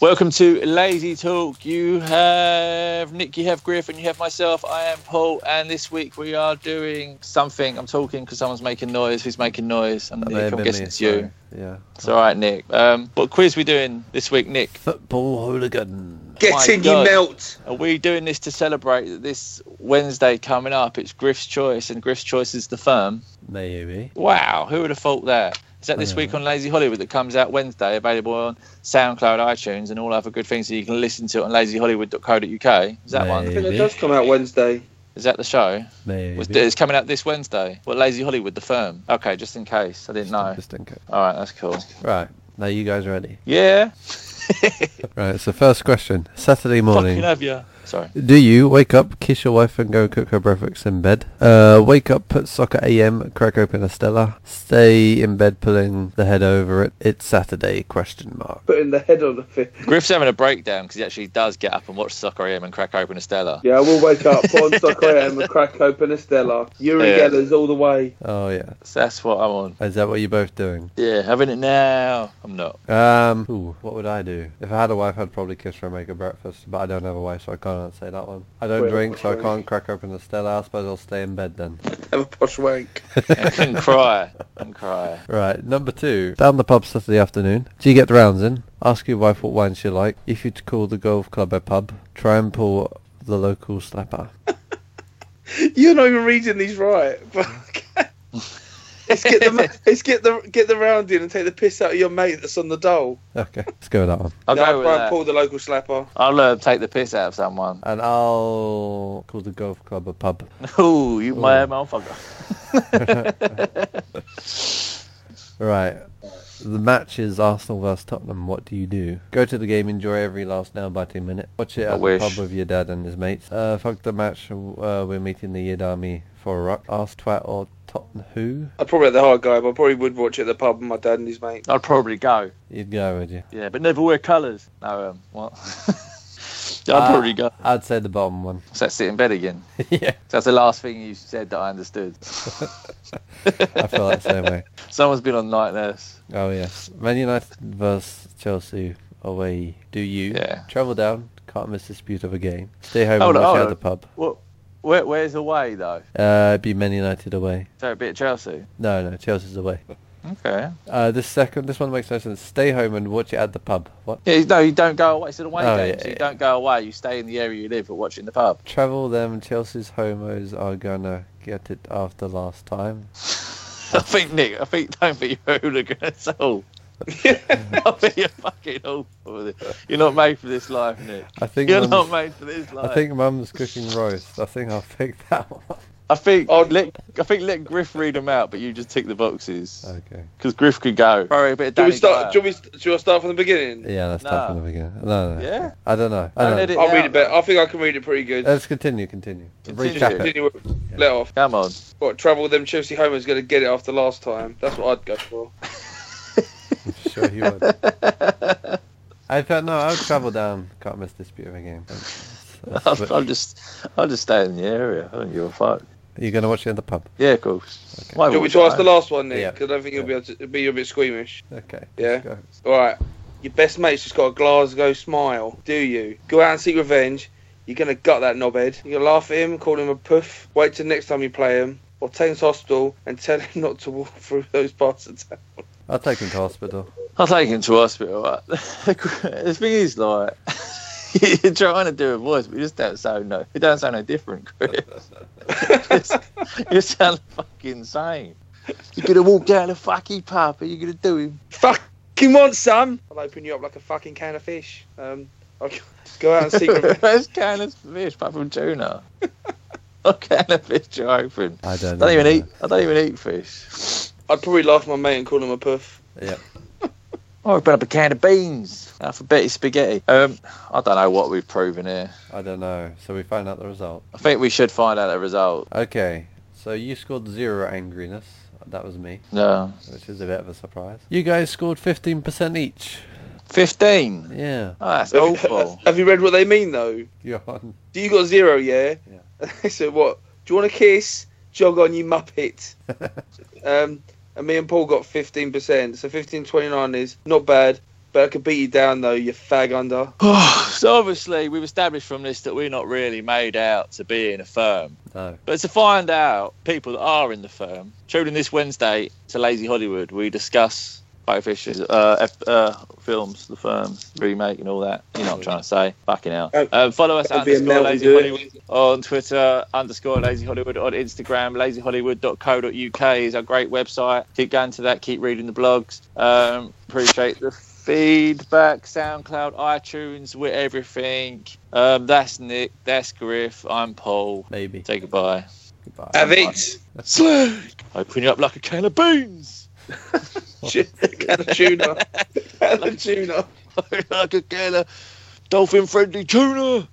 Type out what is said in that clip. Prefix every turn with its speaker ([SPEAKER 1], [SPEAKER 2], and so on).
[SPEAKER 1] Welcome to Lazy Talk. You have Nick, you have Griff, and you have myself. I am Paul, and this week we are doing something. I'm talking because someone's making noise. Who's making noise? And
[SPEAKER 2] That may
[SPEAKER 1] Nick,
[SPEAKER 2] have
[SPEAKER 1] I'm
[SPEAKER 2] been
[SPEAKER 1] guessing
[SPEAKER 2] me,
[SPEAKER 1] it's you.
[SPEAKER 2] so, yeah.
[SPEAKER 1] It's all right, Nick. Um, what quiz we doing this week, Nick?
[SPEAKER 2] Football hooligan.
[SPEAKER 1] My
[SPEAKER 3] Getting you
[SPEAKER 1] God.
[SPEAKER 3] melt.
[SPEAKER 1] Are we doing this to celebrate that this Wednesday coming up? It's Griff's choice, and Griff's choice is the firm.
[SPEAKER 2] Maybe.
[SPEAKER 1] Wow, who would have thought that? Is that this
[SPEAKER 2] Yeah.
[SPEAKER 1] week on Lazy Hollywood that comes out Wednesday, available on SoundCloud, iTunes, and all other good things that you can listen to on lazyhollywood.co.uk? Is that
[SPEAKER 3] I
[SPEAKER 1] one?
[SPEAKER 3] think it
[SPEAKER 2] Maybe.
[SPEAKER 3] does come out Wednesday.
[SPEAKER 1] Is that the show?
[SPEAKER 2] Maybe.
[SPEAKER 1] Was- It's coming out this Wednesday. What, Lazy Hollywood, the firm? Okay, just in case. I didn't know.
[SPEAKER 2] Just in case.
[SPEAKER 1] All right, that's cool.
[SPEAKER 2] Right. Now you guys ready?
[SPEAKER 1] Yeah.
[SPEAKER 2] Right. So first question. Saturday
[SPEAKER 1] Fucking
[SPEAKER 2] morning.
[SPEAKER 1] have you. Sorry.
[SPEAKER 2] Do you wake up, kiss your wife, and go and cook her breakfast in bed? Uh, wake up, put sock at AM, crack open a Stella, stay in bed, pulling the head over it. It's Saturday? Question mark.
[SPEAKER 3] Putting the head on the thing.
[SPEAKER 1] Griff's having a breakdown because he actually does get up and watch Soccer AM and crack open Estella.
[SPEAKER 3] Yeah, I will wake up, put on sock I am, and crack open a Stella. Uri
[SPEAKER 1] Yeah.
[SPEAKER 3] Geller's all the way.
[SPEAKER 2] Oh yeah.
[SPEAKER 1] So that's what I'm on.
[SPEAKER 2] Is that what you're both doing?
[SPEAKER 1] Yeah, having it now. I'm not.
[SPEAKER 2] Um. Ooh, what would I do? If I had a wife, I'd probably kiss her and make her breakfast. But I don't have a wife, so I can't say that one. I don't
[SPEAKER 3] Well,
[SPEAKER 2] drink, so I
[SPEAKER 3] true.
[SPEAKER 2] can't crack open the Stella. I suppose I'll stay in bed then.
[SPEAKER 3] Have a posh wank.
[SPEAKER 1] I can cry. I can cry.
[SPEAKER 2] Right, number two. Down the pub Saturday afternoon. Do you get the rounds in? Ask your wife what wine she like. If you'd call the golf club a pub, try and pull the local slapper.
[SPEAKER 3] You're not even reading these right. but okay. Let's get the let's get the get the round in and take the piss out of your mate that's on the dole.
[SPEAKER 2] Okay, let's go with that one.
[SPEAKER 1] I'll
[SPEAKER 3] No,
[SPEAKER 1] go with
[SPEAKER 3] try and
[SPEAKER 1] that.
[SPEAKER 3] Paul, the local slapper.
[SPEAKER 1] I'll uh, take the piss out of someone.
[SPEAKER 2] And I'll call the golf club a pub.
[SPEAKER 1] Ooh, you my
[SPEAKER 2] Ooh.
[SPEAKER 1] motherfucker.
[SPEAKER 2] Right. The match is Arsenal versus Tottenham. What do you do? Go to the game, enjoy every last nail-biting minute. Watch it
[SPEAKER 1] I
[SPEAKER 2] at the
[SPEAKER 1] wish.
[SPEAKER 2] pub with your dad and his mates. Uh, fuck the match. Uh, we're meeting the Yid Army for a rock. Ask twat or Tottenham who?
[SPEAKER 3] I'd probably have the hard guy, but I probably would watch it at the pub with my dad and his mate.
[SPEAKER 1] I'd probably go.
[SPEAKER 2] You'd go, would you?
[SPEAKER 1] Yeah, but never wear colours. No, um, what? I'd
[SPEAKER 2] Uh,
[SPEAKER 1] probably go.
[SPEAKER 2] I'd say the bottom one.
[SPEAKER 1] So that's sit in bed again.
[SPEAKER 2] yeah.
[SPEAKER 1] So that's the last thing you said that I understood.
[SPEAKER 2] I feel that same way.
[SPEAKER 1] Someone's been on night nurse.
[SPEAKER 2] Oh yes, Man United versus Chelsea away. Do you
[SPEAKER 1] Yeah.
[SPEAKER 2] travel down? Can't miss the dispute of a game. Stay home
[SPEAKER 1] Hold on,
[SPEAKER 2] and watch
[SPEAKER 1] hold
[SPEAKER 2] out
[SPEAKER 1] on.
[SPEAKER 2] the pub.
[SPEAKER 1] What? Where, where's away though?
[SPEAKER 2] Uh, it'd be Man United away.
[SPEAKER 1] So a bit of Chelsea.
[SPEAKER 2] No, no, Chelsea's away.
[SPEAKER 1] Okay.
[SPEAKER 2] Uh, this second, this one makes no sense. Stay home and watch it at the pub. What?
[SPEAKER 1] Yeah, no, you don't go away. It's an away
[SPEAKER 2] Oh,
[SPEAKER 1] game.
[SPEAKER 2] yeah,
[SPEAKER 1] so you
[SPEAKER 2] yeah.
[SPEAKER 1] don't go away. You stay in the area you live, but watch it in the pub.
[SPEAKER 2] Travel them. Chelsea's homos are gonna get it after last time.
[SPEAKER 1] I think Nick. I think don't be a hooligan at all. I think you're fucking awful. with it. You're not made for this life, Nick.
[SPEAKER 2] I think.
[SPEAKER 1] You're
[SPEAKER 2] Mum's-
[SPEAKER 1] not made for this life.
[SPEAKER 2] I think Mum's cooking roast. I think I'll pick that one.
[SPEAKER 1] I think.
[SPEAKER 3] Oh.
[SPEAKER 1] let, I think let Griff read them out, but you just tick the boxes
[SPEAKER 2] Okay.
[SPEAKER 1] because Griff could go. Probably a bit of
[SPEAKER 3] Do we
[SPEAKER 1] Danny
[SPEAKER 3] start? Do
[SPEAKER 1] Dyer.
[SPEAKER 3] we, do I start from the beginning?
[SPEAKER 2] Yeah, that's tough
[SPEAKER 1] Nah.
[SPEAKER 2] in the beginning. No, no.
[SPEAKER 1] Yeah?
[SPEAKER 2] I don't know.
[SPEAKER 1] Don't
[SPEAKER 2] I don't know.
[SPEAKER 1] let it
[SPEAKER 3] I'll
[SPEAKER 1] out,
[SPEAKER 3] read it
[SPEAKER 1] though.
[SPEAKER 3] better. I think I can read it pretty
[SPEAKER 1] Uh,
[SPEAKER 3] good.
[SPEAKER 2] Let's continue, continue.
[SPEAKER 1] Continue.
[SPEAKER 2] Recap it.
[SPEAKER 3] Continue with- Let off.
[SPEAKER 1] Come on.
[SPEAKER 3] What travel with them Chelsea homers going to get it after last time? That's what I'd go for.
[SPEAKER 2] Sure he would. I thought, no, I would travel down. Can't miss this beautiful game.
[SPEAKER 1] I'll, I'll just, I'll just stay in the area. I don't give a fuck.
[SPEAKER 2] You're going to watch it in the pub.
[SPEAKER 1] Yeah, of course. Why
[SPEAKER 3] Do you
[SPEAKER 1] wouldn't
[SPEAKER 3] want me to ask
[SPEAKER 1] I?
[SPEAKER 3] the last one then?
[SPEAKER 2] Yeah.
[SPEAKER 3] Because I don't think you'll be able to be a bit squeamish.
[SPEAKER 2] Okay. let's
[SPEAKER 3] Yeah.
[SPEAKER 2] go.
[SPEAKER 3] All right. Your best mate's just got a Glasgow smile, do you? Go out and seek revenge. You're going to gut that knobhead. You're going to laugh at him, call him a poof, wait till next time you play him, or take him to hospital and tell him not to walk through those parts of town.
[SPEAKER 2] I'll take him to hospital.
[SPEAKER 1] I'll take him to hospital. Right? the thing is, like, you're trying to do a voice, but you just don't sound no. You don't sound no different, Chris. Just- you sound fucking same. You're gonna walk down the fucking pub, and you're gonna do him.
[SPEAKER 3] Fucking want some? I'll open you up like a fucking can of fish. Um, I'll go out and seek revenge.
[SPEAKER 1] That's can of fish, apart from tuna. What can of fish you open?
[SPEAKER 2] I
[SPEAKER 1] I
[SPEAKER 2] don't know.
[SPEAKER 1] don't even eat. I don't even eat fish.
[SPEAKER 3] I'd probably laugh at my mate and call him a poof.
[SPEAKER 1] I open Oh, up a can of beans. Alphabetic spaghetti. Um, I don't know what we've proven here.
[SPEAKER 2] I don't know. So we find out the result.
[SPEAKER 1] I think we should find out the result.
[SPEAKER 2] Okay. So you scored zero angriness. That was me,
[SPEAKER 1] No,
[SPEAKER 2] which is a bit of a surprise. You guys scored 15% each.
[SPEAKER 1] fifteen.
[SPEAKER 2] Yeah.
[SPEAKER 1] Oh, that's
[SPEAKER 3] Have you-
[SPEAKER 1] awful.
[SPEAKER 3] Have you read what they mean though?
[SPEAKER 2] You're on.
[SPEAKER 3] Do you got zero? Yeah.
[SPEAKER 2] Yeah.
[SPEAKER 3] They said, "What? Do you want a kiss? Jog on, you muppet." um, and me and Paul got fifteen percent. So fifteen twenty nine is not bad. But I could beat you down though, you fag under.
[SPEAKER 1] so obviously, we've established from this that we're not really made out to be in a firm.
[SPEAKER 2] No.
[SPEAKER 1] But to find out people that are in the firm, tune in this Wednesday to Lazy Hollywood. We discuss both issues, uh, F- uh, films, the firms, remake, and all that. You know what I'm trying to say? Fucking out.
[SPEAKER 3] Oh,
[SPEAKER 1] Um, follow us at
[SPEAKER 3] that'd be a
[SPEAKER 1] underscore
[SPEAKER 3] melt
[SPEAKER 1] Lazy
[SPEAKER 3] do it.
[SPEAKER 1] Hollywood on Twitter, underscore Lazy Hollywood on Instagram. LazyHollywood.co.uk is our great website. Keep going to that. Keep reading the blogs. Um, appreciate the feedback. SoundCloud, iTunes, we're everything. Um, that's Nick. That's Griff. I'm Paul.
[SPEAKER 2] Maybe.
[SPEAKER 1] Say goodbye.
[SPEAKER 2] Goodbye.
[SPEAKER 3] Have it.
[SPEAKER 1] Slag! Open you up like a can of beans!
[SPEAKER 3] Can of tuna. Can of tuna.
[SPEAKER 1] like a can of dolphin friendly tuna!